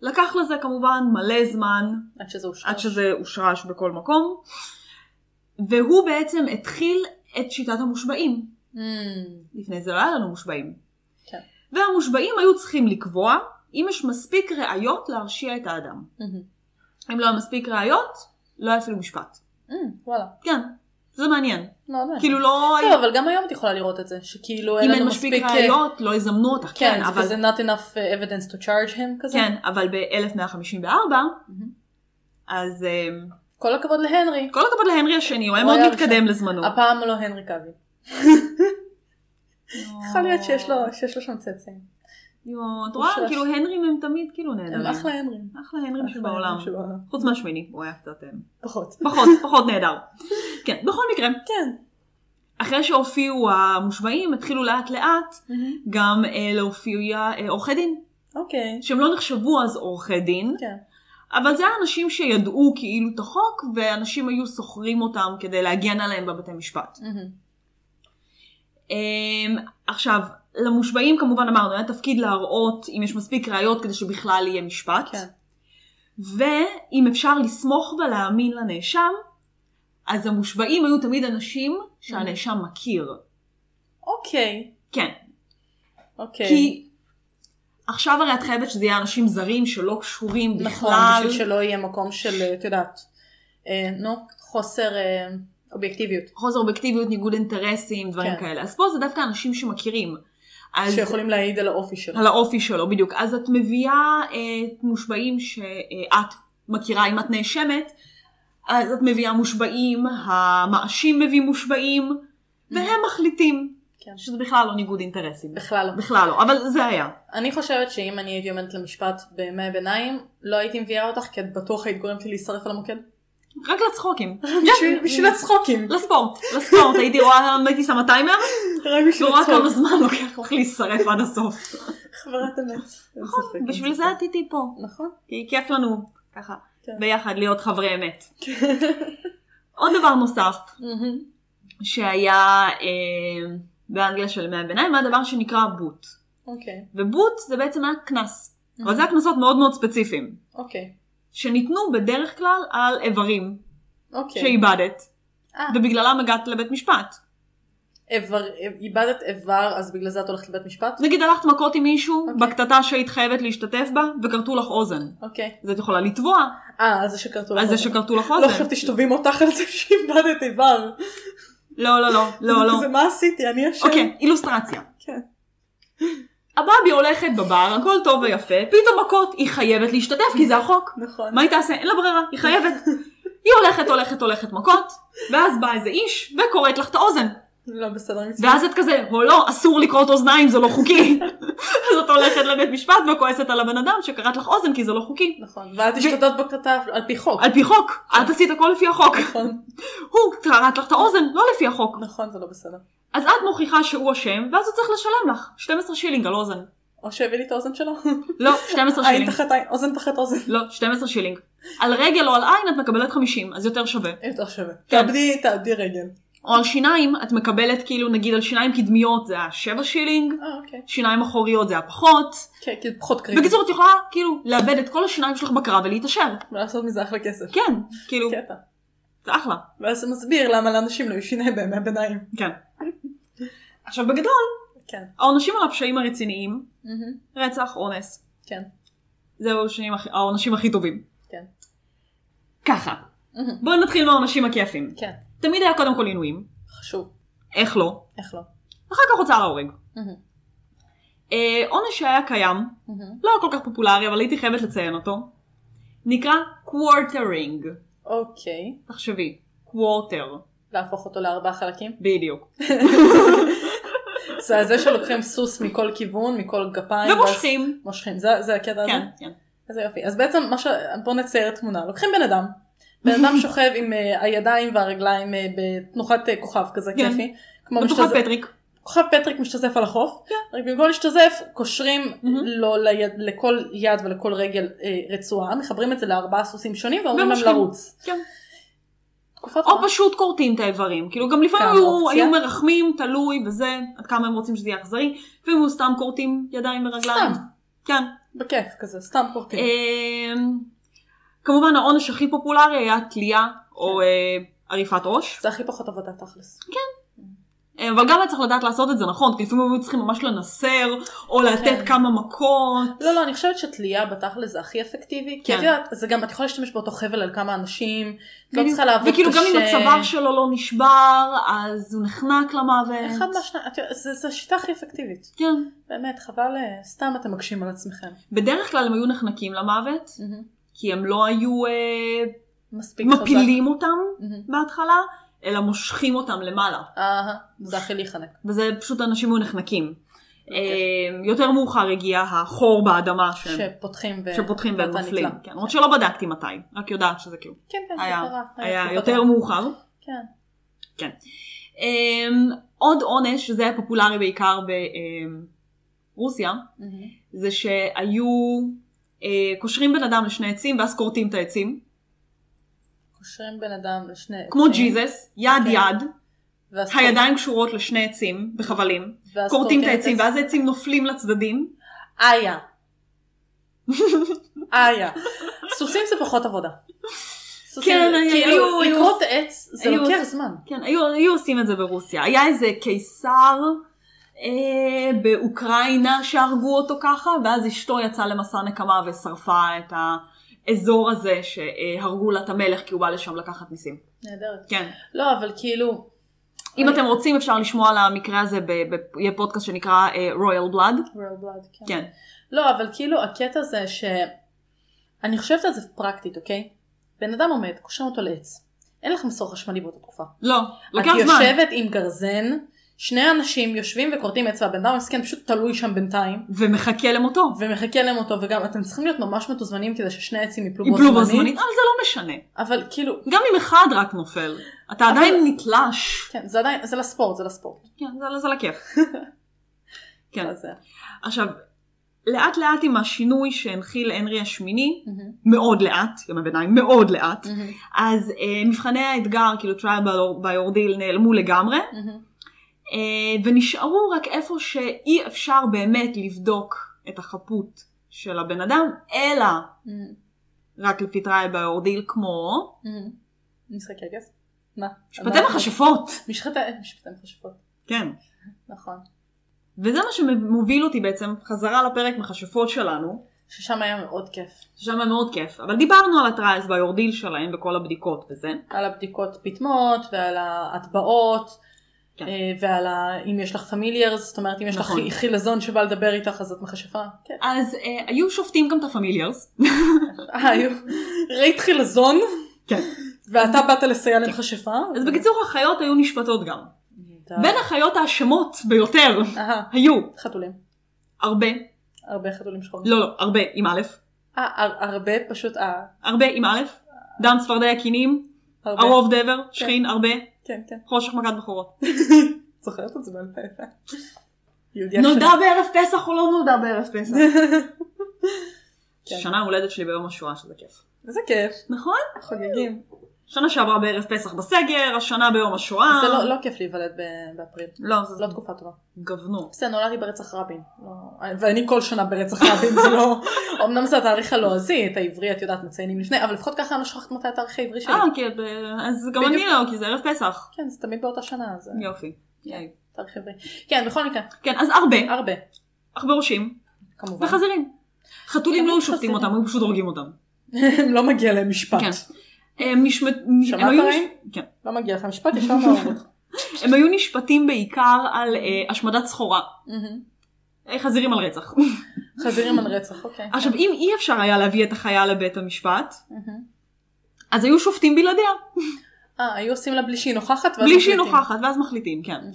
לקח לזה כמובן מלא זמן, עד שזה הושרש. עד שזה הושרש בכל מקום. והוא בעצם התחיל את שיטת המושבעים. אמ, לפני זה לא היה לנו מושבעים. כן. והמושבעים היו צריכים לקבוע אם יש מספיק ראיות להרשיע את האדם. אמ, אם לא היה מספיק ראיות, לא היה אפילו משפט. אמ, וואלה. כן. זה מעניין. לא יודעת. כאילו לא... טוב, אבל גם היום את יכולה לראות את זה, שכאילו אם אין מספיק ראיות, לא יזמנו אותך. אה, כן, זה אבל... כזה not enough uh, evidence to charge him כזה. כן, אבל ב-1154, אז אמ, כל הכבוד להנרי. כל הכבוד להנרי השני, הוא היה הוא מאוד היה מתקדם הראשון. לזמנו. הפעם לא הנרי קאבי. אה. יכול להיות שיש לו, שיש לו שם צאצאים. יואו, את רואה? אושרש. כאילו הנרים הם תמיד כאילו נהדרים. הם אחלה הנרים. אחלה הנרים אחלה שבעולם. הנרים שבעולם. חוץ מהשמיני, הוא היה קצת... אמ, פחות. פחות, פחות נהדר. כן, בכל מקרה, כן. אחרי שהופיעו המושבעים, התחילו לאט לאט גם אה, להופיע אה, עורכי דין, אוקיי. שהם לא נחשבו אז עורכי דין, כן. אבל זה היה אנשים שידעו כאילו את החוק, ואנשים היו שוכרים אותם כדי להגן עליהם בבתי משפט. אמ, עכשיו, למושבעים כמובן אמרנו, היה תפקיד להראות אם יש מספיק ראיות כדי שבכלל יהיה משפט. כן. ואם אפשר לסמוך ולהאמין לנאשם, אז המושבעים היו תמיד אנשים שהנאשם מכיר. אוקיי. כן. אוקיי. כי עכשיו הרי את חייבת שזה יהיה אנשים זרים שלא קשורים בכלל. נכון, בשביל שלא יהיה מקום של, אה, את יודעת, אה, נו, חוסר אה, אובייקטיביות. חוסר אובייקטיביות, ניגוד אינטרסים, דברים כן. כאלה. אז פה זה דווקא אנשים שמכירים. אז... שיכולים להעיד על האופי שלו. על האופי שלו, בדיוק. אז את מביאה אה, מושבעים שאת מכירה אם את נאשמת, אז את מביאה מושבעים, המאשים מביא מושבעים, והם מחליטים. כן. שזה בכלל לא ניגוד אינטרסים. בכלל לא. בכלל לא, אבל זה היה. אני חושבת שאם אני הייתי עומדת למשפט בימי הביניים, לא הייתי מביאה אותך כי את בטוח היית גורמת לי להישרף על המוקד. רק לצחוקים. כן. בשביל- בשביל הצחוקים. לספורט, לספורט, הייתי רואה, הייתי שמה טיימר, רק בשביל ורואה כמה הצחוק. זמן לוקח לך להישרף עד הסוף. חברת אמת. אין ספק, אין נכון, בשביל זה ספק. את איתי פה, נכון. כי כיף לנו, ככה, כן. ביחד להיות חברי אמת. עוד דבר נוסף, שהיה אה, באנגליה של ימי הביניים, היה דבר שנקרא בוט. אוקיי. ובוט זה בעצם היה קנס. אבל Mhm. זה היה קנסות מאוד מאוד ספציפיים, אוקיי. שניתנו בדרך כלל על איברים אוקיי. שאיבדת, אה, ובגללם הגעת לבית משפט. איבר- איבדת איבר אז בגלל זה את הולכת לבית משפט? נגיד הלכת מכות עם מישהו אוקיי. בקטטה שהיית חייבת להשתתף בה, וכרתו לך אוזן. אוקיי. אז את יכולה לתבוע אה, על זה שכרתו על לך. לא. זה אוזן. שכרתו לך לא אוזן. חשבתי שתובעים אותך על זה שאיבדת איבר. לא, לא, לא, לא, לא. זה מה עשיתי, אני אשם. אוקיי, אילוסטרציה. כן. הבאבי הולכת בבר, הכל טוב ויפה, פתאום מכות, היא חייבת להשתתף כי זה החוק. נכון. מה היא תעשה? אין לה ברירה, היא חייבת. היא הולכת, הולכת, הולכת מכות, ואז בא איזה איש וכורת לך את האוזן. לא בסדר, אני מצטערת. ואז את כזה, או לא, אסור לכרות אוזניים, זה לא חוקי. אז את הולכת לבית משפט וכועסת על הבן אדם שקראת לך אוזן כי זה לא חוקי. נכון. ואת השתתפת בקטטה על פי חוק. על פי חוק, את עשית הכל לפי החוק. נכון. הוא קראת לך את האוזן, לא לפי החוק. נכון, זה לא בסדר. אז את מוכיחה שהוא אשם, ואז הוא צריך לשלם לך 12 שילינג על אוזן. או שהביא לי את האוזן שלו. לא, 12 עין שילינג. תחת עין, אוזן תחת אוזן. לא, 12 שילינג. על רגל או על עין את מקבלת 50, אז יותר שווה. יותר שווה. כן. תאבדי, תאבדי רגל. או על שיניים, את מקבלת כאילו נגיד על שיניים קדמיות זה היה 7 שילינג, אה, אוקיי. שיניים אחוריות זה היה פחות. כן, כי זה פחות קריטי. בקיצור, את יכולה כאילו לאבד את כל השיניים שלך בקרב ולהתעשר. ולעשות מזה אחלה כסף. כן, כאילו, קטע. כן. זה אחלה. ואז זה מסביר למה לאנשים לא היו שיניים בימי הביניים. כן. עכשיו בגדול, כן. העונשים על הפשעים הרציניים, רצח, אונס, כן. זהו העונשים הכי- העונשים הכי טובים. כן. ככה. בואו נתחיל מהעונשים הכיפים. כן. תמיד היה קודם כל עינויים, חשוב. איך לא? איך לא? אחר כך הוצאה להורג. אה, עונש שהיה קיים, לא כל כך פופולרי, אבל הייתי חייבת לציין אותו, נקרא קוורטרינג. אוקיי. תחשבי, קוורטר, להפוך אותו לארבעה חלקים. בדיוק. זה זה שלוקחים סוס מכל כיוון, מכל גפיים. ואז ומושכים. מושכים. זה זה הקטע הזה? כן, כן. איזה יופי. אז בעצם מה ש... בוא נצייר תמונה. לוקחים בן אדם. בן אדם שוכב עם אה, הידיים והרגליים אה, בתנוחת אה, כוכב כזה כן. כיפי. כמו בטוחה משתז- פטריק. כן. כוכב פטריק משתזף על החוף, רק במקום להשתזף קושרים לו ליד, לכל יד ולכל רגל אה, רצועה, מחברים את זה לארבעה סוסים שונים ואומרים להם ומושכים. לרוץ. כן. תקופת או פשוט כורתים את האיברים. כאילו גם לפעמים כמה היו, כן, אופציה? היו מרחמים, תלוי וזה, עד כמה הם רוצים שזה יהיה אכזרי. לפעמים היו סתם כורתים ידיים ורגליים. סתם. כן. כן. בכיף כזה, סתם אה. קורקינט. אמ, כמובן העונש הכי כן. פופולרי היה תלייה או אה, עריפת ראש. זה הכי פחות עבודה תכלס. אה, אבל גם היה צריך לדעת לעשות את זה נכון, כי לפעמים היו צריכים ממש לנסר, או לתת כן. כמה מכות. לא, לא, אני חושבת שתלייה בתכל'ס זה הכי אפקטיבי. כי כן. את יודעת, זה גם, את יכולה להשתמש באותו חבל על כמה אנשים, את לא בדיוק. צריכה לעבוד וכאילו קשה. גם אם הצוואר שלו לא נשבר, אז הוא נחנק למוות. אחד מהשניים, את יודעת, זה- זה השיטה הכי אפקטיבית. כן. באמת, חבל, אה, סתם אתם מקשים על עצמכם. בדרך כלל הם היו נחנקים למוות, כי הם לא היו אה, מספיק חזק. מפילים אותם מהמם. בהתחלה, אלא מושכים אותם למעלה. אהה, זה הכי להיחנק. וזה פשוט אנשים היו נחנקים. אוקיי. אה, יותר מאוחר הגיע החור באדמה שהם- שפותחים ו... שפותחים והם ואתה נופלים. נקלע. כן, למרות שלא בדקתי מתי, רק יודעת שזה כאילו כן, כן, זה היה- קרה. היה תקופה יותר טובה. מאוחר. כן. אמ, עוד עונש, שזה היה פופולרי בעיקר ברוסיה, מהמם. זה שהיו אה, קושרים בן אדם לשני עצים ואז כורתים את העצים, קושרים בן אדם לשני... כמו עצים, ג'יזס, יד כן. יד, ואז הידיים קשורות לשני עצים בחבלים, ואז כורתים את העצים עץ. ואז העצים נופלים לצדדים. איה. איה. סוסים זה פחות עבודה. סוסים כן, זה- היו- כאילו, היו- לכרות עץ זה היו- לוקח זמן. כן, היו, היו עושים את זה ברוסיה. היה איזה קיסר אה, באוקראינה שהרגו אותו ככה, ואז אשתו יצאה למסע נקמה ושרפה את האזור הזה שהרגו לה את המלך כי הוא בא לשם לקחת מיסים. נהדרת. כן. לא, אבל כאילו... אם אני- אתם רוצים אפשר לשמוע על המקרה הזה, ב- ב- יהיה פודקאסט שנקרא אה, Royal Blood. Royal Blood, כן. כן. לא, אבל כאילו הקטע זה ש... אני חושבת על זה פרקטית, אוקיי? בן אדם עומד, קושרים אותו לעץ. אין לך מסור חשמלי באותה תקופה. לא, את לוקח זמן. יושבת עם גרזן, שני אנשים יושבים וכורתים עץ והבן אדם המסכן פשוט תלוי שם בינתיים, ומחכה למותו. ומחכה למותו, וגם אתם צריכים להיות ממש מתוזמנים כדי ששני עצים יפלו יפלו בו בו זמנית. זמנית, אבל זה לא משנה. אבל כאילו, גם אם אחד רק נופל, אתה עדיין נתלש. כן, זה עדיין, זה לספורט, זה לספורט. כן, זה- זה לכיף. כן. אז אה, זה- עכשיו, לאט לאט עם השינוי שהנחיל הנרי השמיני, מהמם, מאוד לאט, ימי ביניים, מאוד לאט, מהמם, אז אה, מבחני האתגר, כאילו trial by- by ordeal, נעלמו לגמרי, מהמם. אה, ונשארו רק איפה שאי אפשר באמת לבדוק את החפות של הבן אדם, אלא מהמם, רק לפי trial by ordeal, כמו מהמם. משחקי כס? מה? משפטי מכשפות. משחטי- משפטי מכשפות, כן. נכון. וזה מה שמוביל אותי בעצם חזרה לפרק מכשפות שלנו. ששם היה מאוד כיף. ששם היה מאוד כיף, אבל דיברנו על הטריילס והיורדיל שלהם וכל הבדיקות וזה. על הבדיקות פטמות ועל ההטבעות. כן. אה, ועל ה... אם יש לך פמיליארס, זאת אומרת אם יש נכון. לך חילזון שבא לדבר איתך אז את מכשפה. כן. אז אה, היו שופטים גם את הפמיליארס. אה, היו. ראית חילזון כן. ואתה באת לסייע למכשפה. אז בקיצור החיות היו נשפטות גם. נהדר. בין החיות האשמות ביותר אהה, היו חתולים. הרבה, הרבה חתולים שחורים. לא לא, הרבה עם א', אה, הר- הרבה פשוט אה. הרבה עם א', דם צפרדע קינים, הרבה. ערוב דבר, שכין, הרבה, כן, כן. חושך מכת בכורות. זוכרת את זה בעל פה. יהודיה נולדה שלי. בערב פסח או לא נולדה בערב פסח? כן. שנה הולדת שלי ביום השואה שזה כיף. איזה כיף. נכון? חוגגים. שנה שעברה בערב פסח בסגר, השנה ביום השואה. זה לא- לא כיף להיוולד ב- באפריל. לא, זה זו לא תקופה טובה. גוונות. בסדר, נולדתי ברצח רבין. לא- ואני כל שנה ברצח רבין, זה לא... אמנם זה התאריך הלועזי, את העברי את יודעת מציינים לפני, אבל לפחות ככה אני לא שוכחת מתי התאריך העברי שלי. אה, כן, ב- אז גם בדיוק. אני לא, כי זה ערב פסח. כן, זה תמיד באותה שנה, זה יופי. יאי. תאריך עברי. כן, בכל מקרה, כן, אז הרבה, הרבה, עכברושים כמובן. וחזירים. חתולים כן, לא היו חזירים. שופטים אותם, היו פשוט הורגים אותם. הם לא מגיע להם משפט. כן. הם נשמט- שמעת, הם היו נש- ראם? כן. לא מגיע לך משפט, ישר מהאורות. הם היו נשפטים בעיקר על אה, השמדת סחורה. אה, חזירים על רצח. חזירים על רצח, אוקיי. עכשיו, אם אי אפשר היה להביא את החיה לבית המשפט, מהמם. אז היו שופטים בלעדיה, אה, היו עושים לה בלי שהיא נוכחת, ואז בלי שהיא מחליטים. נוכחת, ואז מחליטים, כן. מהמם.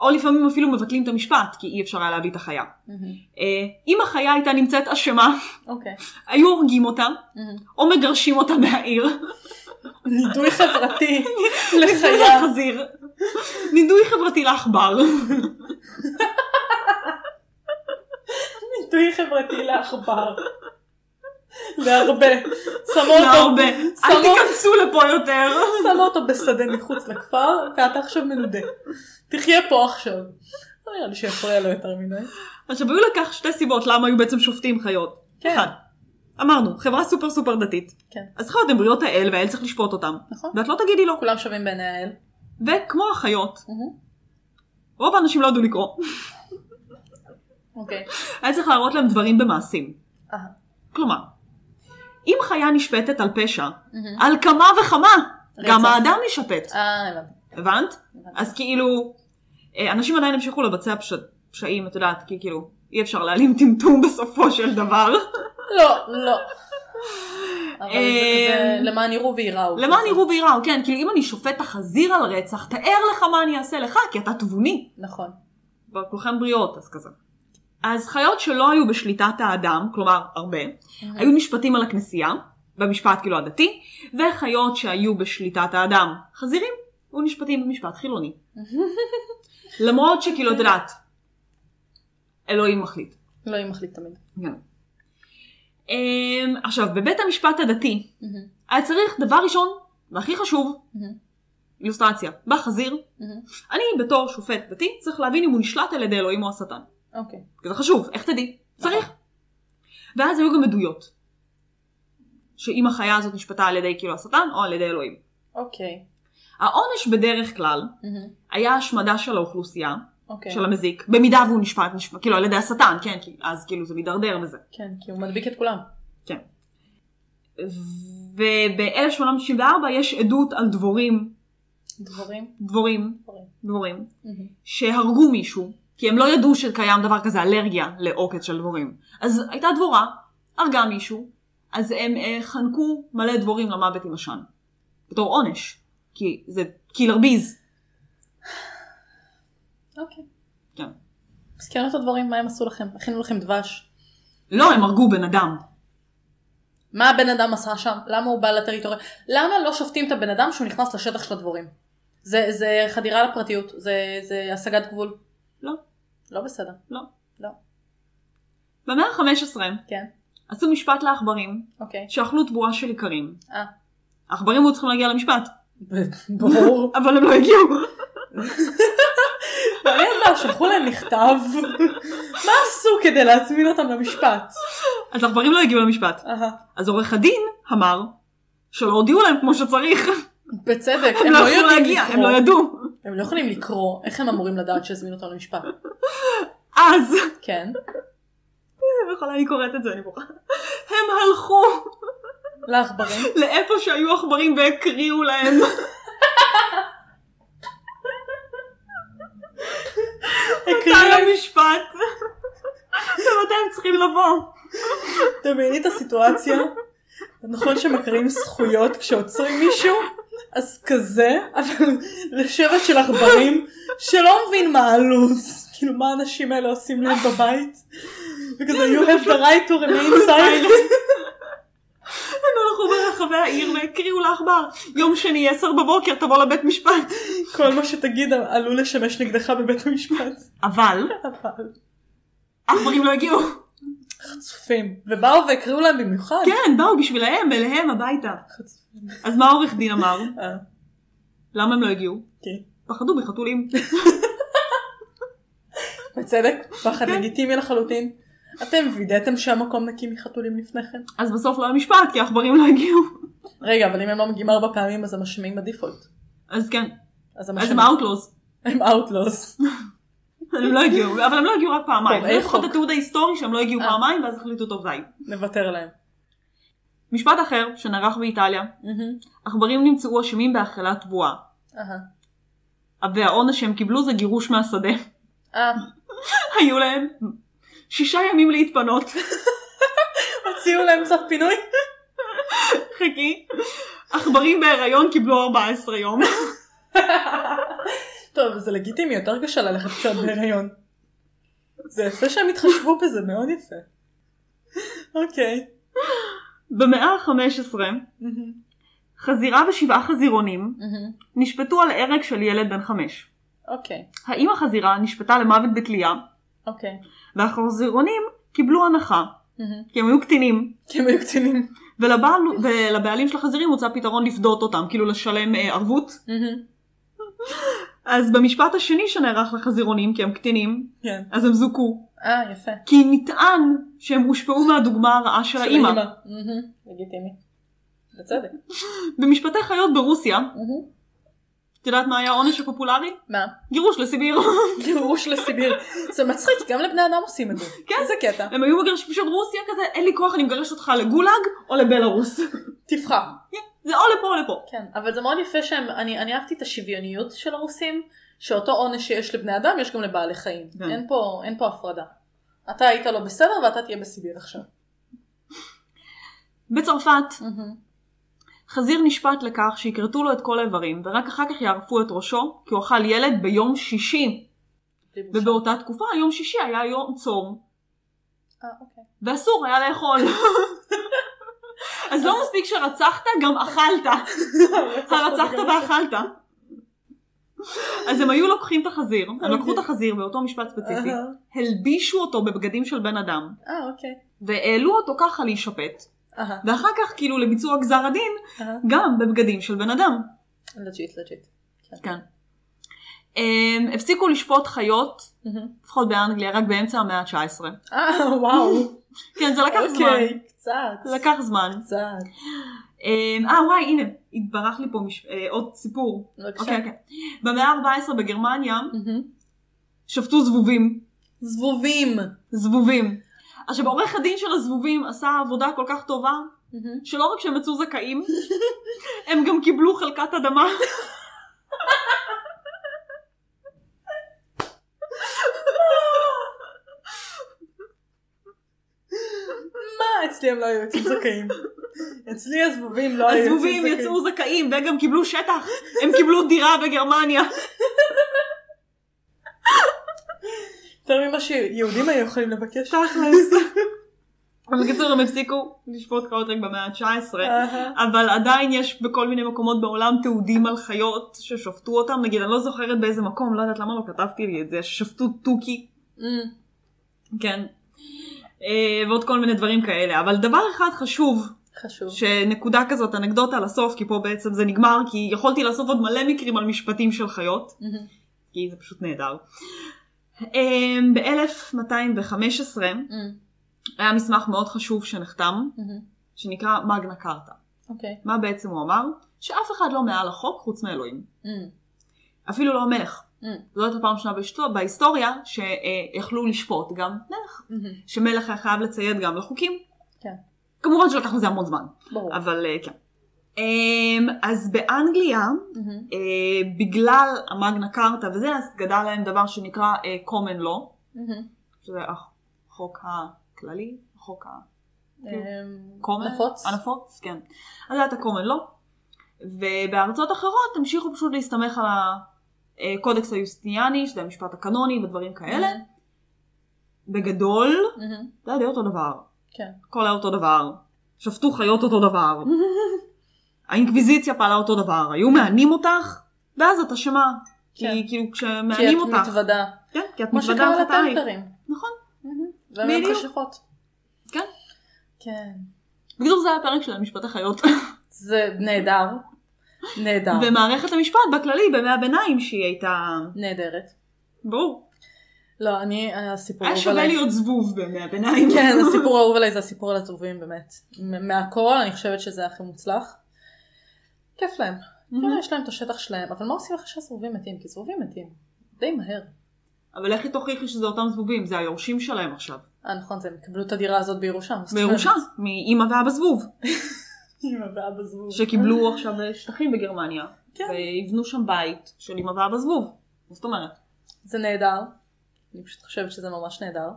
או לפעמים אפילו מבטלים את המשפט, כי אי אפשר היה להביא את החיה. מהמם. אה, אם החיה הייתה נמצאת אשמה, אוקיי. היו הורגים אותה, מהמם. או מגרשים אותה מהעיר. נידוי חברתי נידוי לחיה. לחזיר. נידוי חברתי לעכבר. ביטוי חברתי לעכבר. להרבה. שמו אותו, להרבה. לא אל שמו- תיכנסו לפה יותר. שמו אותו בשדה מחוץ לכפר, ואתה עכשיו מנודה. תחיה פה עכשיו. לא נראה לי שיפריע לו יותר מדי. עכשיו, היו לכך שתי סיבות למה היו בעצם שופטים חיות. כן. אחד, אמרנו, חברה סופר סופר דתית. כן. אז חיות הן בריאות האל, והאל צריך לשפוט אותן. נכון. ואת לא תגידי לא. כולם שווים בעיני האל. וכמו החיות, רוב האנשים לא ידעו לקרוא. אוקיי. היה צריך להראות להם דברים במעשים. אהה. כלומר, אם חיה נשפטת על פשע, מהמם. על כמה וכמה, רצח. גם האדם נשפט. אה, הבנתי. הבנת? הבנתי. אז כאילו, אה, אנשים עדיין המשיכו לבצע פש- פשעים, את יודעת, כי כאילו, אי אפשר להעלים טמטום בסופו של דבר. לא, לא. אבל זה כזה אמ, למען יראו וייראו. למען יראו וייראו, כן, כאילו אם אני שופט החזיר על רצח, תאר לך מה אני אעשה לך, כי אתה תבוני. נכון. וכולכם בריאות, אז כזה. אז חיות שלא היו בשליטת האדם, כלומר הרבה, היו נשפטים על הכנסייה, במשפט כאילו הדתי, וחיות שהיו בשליטת האדם, חזירים, היו נשפטים במשפט חילוני. למרות שכאילו, את יודעת, אלוהים מחליט. לא, היא מחליט תמיד. כן. אמ, עכשיו, בבית המשפט הדתי, היה צריך דבר ראשון, והכי חשוב, אילוסטרציה. בא חזיר, אני בתור שופט דתי צריך להבין אם הוא נשלט על ידי אלוהים או השטן. אוקיי. כי זה חשוב, איך תדעי? צריך. ואז היו גם עדויות. שאם החיה הזאת נשפטה על ידי כאילו השטן או על ידי אלוהים. אוקיי. העונש בדרך כלל מהמם. היה השמדה של האוכלוסייה, אוקיי. של המזיק, במידה והוא נשפט, נשפט, כאילו על ידי השטן, כן, כי אז כאילו זה מידרדר וזה. כן, כי הוא מדביק את כולם. כן. וב-1864 יש עדות על דבורים, דבורים. דבורים, דבורים. דבורים, מהמם. שהרגו מישהו, כי הם לא ידעו שקיים דבר כזה אלרגיה לעוקץ של דבורים. אז הייתה דבורה, הרגה מישהו, אז הם אה, חנקו מלא דבורים למוות עם עשן. בתור עונש. כי זה קילר ביז. אוקיי. כן. מסכנות הדבורים, מה הם עשו לכם? הכינו לכם דבש. לא, הם הרגו בן אדם. מה הבן אדם עשה שם? למה הוא בא לטריטוריה? למה לא שופטים את הבן אדם שהוא נכנס לשטח של הדבורים? זה, זה חדירה לפרטיות, זה, זה השגת גבול. לא, לא בסדר. לא. לא. במאה ה-15 כן. עשו משפט לעכברים אוקיי. שאכלו תבואה של איכרים. אה. העכברים היו צריכים להגיע למשפט, ברור. אבל הם לא הגיעו. מעניין מה, שלחו להם מכתב. מה עשו כדי להזמין אותם למשפט? אז העכברים לא הגיעו למשפט. אהה. אז עורך הדין אמר שלא הודיעו להם כמו שצריך. בצדק, הם לא יכלו להגיע, הם לא ידעו. הם לא יכולים לקרוא, איך הם אמורים לדעת שהזמינו אותם למשפט? אז, כן. בכלל אני קוראת את זה, אני בוכה. הם הלכו לעכברים. לאיפה שהיו עכברים והקריאו להם. מתי המשפט? ומתי הם צריכים לבוא? דמייני את הסיטואציה. נכון שמקריאים זכויות כשעוצרים מישהו, אז כזה, אבל לשבט של עכברים שלא מבין מה הלו"ז, כאילו מה האנשים האלה עושים להם בבית, וכזה you have the right to remain silent. הם הלכו ברחבי העיר והקריאו לעכבר. יום שני, עשר בבוקר, תבוא לבית משפט. כל מה שתגיד עלול לשמש נגדך בבית המשפט. אבל, אבל עכברים לא הגיעו. חצופים. ובאו והקריאו להם במיוחד. כן, באו בשבילהם, אליהם, הביתה. חצופים. אז מה העורך דין אמר? אה, למה הם לא הגיעו? כן. פחדו מחתולים. בצדק, פחד כן. לגיטימי לחלוטין. אתם וידאתם שהמקום נקי מחתולים לפני כן? אז בסוף לא היה משפט, כי העכברים לא הגיעו. רגע, אבל אם הם לא מגיעים ארבע פעמים אז הם אשמים בדיפולט. אז כן, אז הם אז אשמים. הם אאוטלוס. הם אאוטלוס. הם לא הגיעו, אבל הם לא הגיעו רק פעמיים. טוב, זה אין לפחות חוק. התיעוד ההיסטורי שהם לא הגיעו אה. פעמיים, ואז החליטו טוב די. נוותר להם. משפט אחר, שנערך באיטליה, עכברים נמצאו אשמים בהאכלת תבואה. אהה. והעונש שהם קיבלו זה גירוש מהשדה. אה, היו להם שישה ימים להתפנות. הוציאו להם צו פינוי? חכי. עכברים בהיריון קיבלו 14 יום. טוב, זה לגיטימי, יותר קשה ללכת קצת בהיריון. זה יפה שהם התחשבו בזה, מאוד יפה. אוקיי. במאה ה-15, חזירה ושבעה חזירונים נשפטו על הרג של ילד בן חמש. אוקיי. האם החזירה נשפטה למוות בתלייה, אוקיי. והחזירונים קיבלו הנחה, כי הם היו קטינים, כי הם היו קצינים. ולבעל, ולבעלים של החזירים הוצע פתרון לפדות אותם, כאילו לשלם אה, ערבות. אז במשפט השני שנערך לחזירונים, כי הם קטינים, כן. אז הם זוכו. אה, יפה. כי נטען שהם הושפעו מהדוגמה הרעה של האימא. מהמם, לגיטימי. בצדק. במשפטי חיות ברוסיה, מהמם. את יודעת מה היה העונש הפופולרי? מה? גירוש לסיביר. גירוש לסיביר. זה מצחיק, גם לבני אדם עושים את זה. כן. זה קטע. הם היו מגרשים פשוט רוסיה כזה, אין לי כוח, אני מגרש אותך לגולאג או לבלארוס. תבחר. זה או לפה או לפה. כן, אבל זה מאוד יפה שהם, אני, אני אהבתי את השוויוניות של הרוסים, שאותו עונש שיש לבני אדם יש גם לבעלי חיים. כן. אין פה, אין פה הפרדה. אתה היית לא בסדר ואתה תהיה בסיביר עכשיו. בצרפת, חזיר נשפט לכך שיכרתו לו את כל האיברים, ורק אחר כך יערפו את ראשו, כי הוא אכל ילד ביום שישי. בלי בושה. ובאותה תקופה, יום שישי היה יום צום, אה, אוקיי. ואסור היה לאכול. אז לא מספיק שרצחת, גם אכלת. הרצחת ואכלת. אז הם היו לוקחים את החזיר, הם לקחו את החזיר באותו משפט ספציפי, אהה. הלבישו אותו בבגדים של בן אדם, אה, אוקיי. והעלו אותו ככה להישפט, אהה, ואחר כך כאילו לביצוע גזר הדין, אהה. גם בבגדים של בן אדם. לג'יט, לג'יט. כן. הם הפסיקו לשפוט חיות, מהמם. לפחות באנגליה, רק באמצע המאה ה-19. אה, וואו. כן, זה לקח זמן. אוקיי, קצת. זה לקח זמן. קצת. אמ, אה, וואי, הנה, התברך לי פה מש- אה, עוד סיפור. בבקשה. אוקיי, אוקיי. במאה ה-14 בגרמניה מהמם. שפטו זבובים. זבובים. זבובים. עכשיו, עורך הדין של הזבובים עשה עבודה כל כך טובה, מהמם. שלא רק שהם יצאו זכאים, הם גם קיבלו חלקת אדמה. מה? אצלי הם לא היו יוצאים זכאים. אצלי הזבובים לא היו יוצאים זכאים. הזבובים יצאו זכאים וגם קיבלו שטח, הם קיבלו דירה בגרמניה. יותר ממה שיהודים היו יכולים לבקש. תכלס. אבל בקיצור הם הפסיקו לשפוט חיות רק במאה ה-19, אהה. אבל עדיין יש בכל מיני מקומות בעולם תיעודים על חיות ששפטו אותם, נגיד אני לא זוכרת באיזה מקום, לא יודעת למה לא כתבתי לי את זה, ששפטו תוכי, מ, כן, אה, ועוד כל מיני דברים כאלה, אבל דבר אחד חשוב, חשוב. שנקודה כזאת, אנקדוטה לסוף, כי פה בעצם זה נגמר, כי יכולתי לאסוף עוד מלא מקרים על משפטים של חיות, מהמם. כי זה פשוט נהדר. אה, ב-1215 מ, היה מסמך מאוד חשוב שנחתם, מהמם. שנקרא מגנה קארטה. אוקיי. מה בעצם הוא אמר? שאף אחד לא מעל החוק חוץ מאלוהים. מ, אפילו לא המלך. מ, זו הייתה פעם ראשונה בהיסטור- בהיסטוריה שיכלו לשפוט גם מלך. מהמם. שמלך היה חייב לציית גם לחוקים. כן. כמובן שלקח לזה המון זמן, ברור. אבל אה, כן. אמ, אז באנגליה, מהמם. אה, בגלל המגנה קארטה וזה, אז גדל להם דבר שנקרא אה, common law, מהמם. שזה החוק הכללי, החוק ה... אמ, common, נפוץ. הנפוץ, כן. אז זה היה את הקומן, לא. ובארצות אחרות המשיכו פשוט להסתמך על הקודקס היוסטיאני, שזה המשפט הקנוני ודברים כאלה. מהמם. בגדול, מהמם. זה היה די אותו דבר. Mm-hmm. כן. הכל היה אותו דבר. שפטו חיות אותו דבר. האינקוויזיציה פעלה אותו דבר. היו מענים אותך, ואז את אשמה. כן. כי כאילו כי את כשמענים אותך. מתוודה. כן, כי את כמו מתוודה שקרה על חטאי. לטמפרים. נכון. מהמם. והן בדיוק. מכשפות. כן. כן. בגדול זה היה הפרק של משפט החיות. זה נהדר. נהדר. ומערכת המשפט בכללי בימי הביניים שהיא הייתה... נהדרת. ברור. לא, אני, הסיפור היה אהוב שווה עליי. להיות זבוב בימי הביניים. כן, הסיפור האהוב עליי זה הסיפור על הזבובים, באמת. מ- מהכל, אני חושבת שזה הכי מוצלח. כיף להם. Mm-hmm. כן, יש להם את השטח שלהם, אבל מה עושים אחרי שהזבובים מתים? כי זבובים מתים. די מהר. אבל איך היא תוכיחי שזה אותם זבובים? זה היורשים שלהם עכשיו. אה, נכון, זה, הם קיבלו את הדירה הזאת בירושה. מה זאת אומרת? מירושה, מאימא ואבא זבוב, אמא ואבא זבוב. שקיבלו עכשיו אה, שטחים בגרמניה. אה. כן. ויבנו שם בית של אימא ואבא זבוב. מה זאת אומרת? זה נהדר. אני פשוט חושבת שזה ממש נהדר.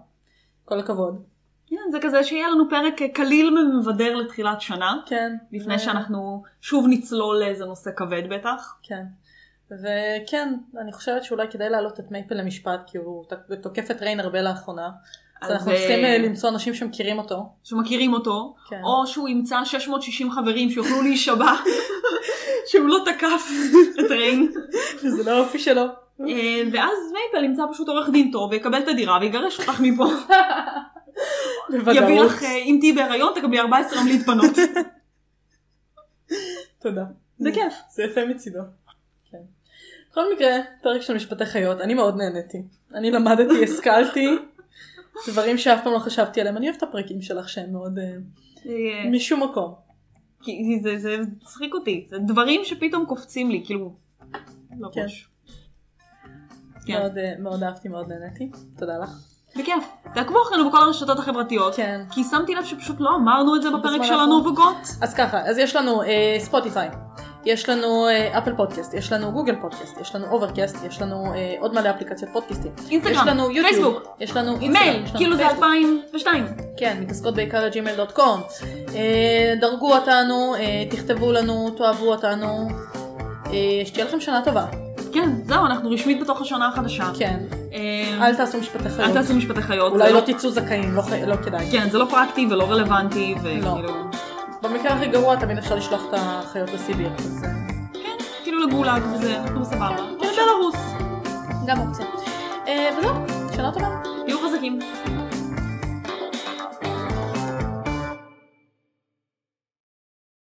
כל הכבוד. כן, זה כזה שיהיה לנו פרק אה, קליל ומבדר לתחילת שנה, כן. לפני שאנחנו שוב נצלול לאיזה נושא כבד בטח. כן. וכן, אני חושבת שאולי כדאי להעלות את מייפל למשפט, כי הוא ת- תוקף את ריין הרבה לאחרונה. אז אנחנו אה, צריכים אה, למצוא אנשים שמכירים אותו. שמכירים אותו, כן. או שהוא ימצא 660 חברים שיוכלו להישבע שהוא לא תקף את ריין. שזה לא האופי שלו. אה, ואז מייפל ימצא פשוט עורך דין טוב ויקבל את הדירה ויגרש אותך מפה. יביא לך, אה, בוודאות. אם תהיי בהיריון תקבלי 14 יום להתפנות. תודה. זה כן. כיף. זה יפה מצידו. כן. בכל מקרה, פרק של משפטי חיות, אני מאוד נהניתי. אני למדתי, השכלתי, דברים שאף פעם לא חשבתי עליהם. אני אוהבת את הפרקים שלך שהם מאוד אה, אה, משום מקום. כי זה- זה מצחיק אותי, זה דברים שפתאום קופצים לי, כאילו, לראש. כן. מאוד, אה, מאוד אהבתי, מאוד נהניתי. תודה לך. בכיף. תעקבו אחרינו בכל הרשתות החברתיות. כן. כי שמתי לב שפשוט לא אמרנו את זה בפרק בזמן של האחרון. הנובגות. אז ככה, אז יש לנו אה, ספוטיפיי, יש לנו אה, אפל פודקאסט, יש לנו גוגל פודקאסט, יש לנו אוברקאסט, יש לנו אה, עוד מלא אפליקציות פודקאסטים. אינסטגרם, יש לנו יוטיוב, פייסבוק. יש לנו מייל, אינסטגרם, יש לנו כאילו זה פייסבוק. 2002. כן, מתעסקות בעיקר לג'ימל דוט קום. אה, דרגו אותנו, אה, תכתבו לנו, תאהבו אותנו. אה, שתהיה לכם שנה טובה. כן, זהו, אנחנו רשמית בתוך השנה החדשה. כן. אה, אל תעשו משפטי אל חיות. תעשו משפטי חיות. זה אולי לא תצאו זכאים, לא חי- לא כדאי. כן, זה לא פרקטי ולא רלוונטי, וכאילו... לא. במקרה הכי גרוע תמיד אפשר לשלוח את החיות לסיביר. אז, אה, כן, כאילו לגולאג וזה, אנחנו סבבה. כן, לבלארוס. גם אופציה. אה, וזהו, שנה טובה. תהיו חזקים.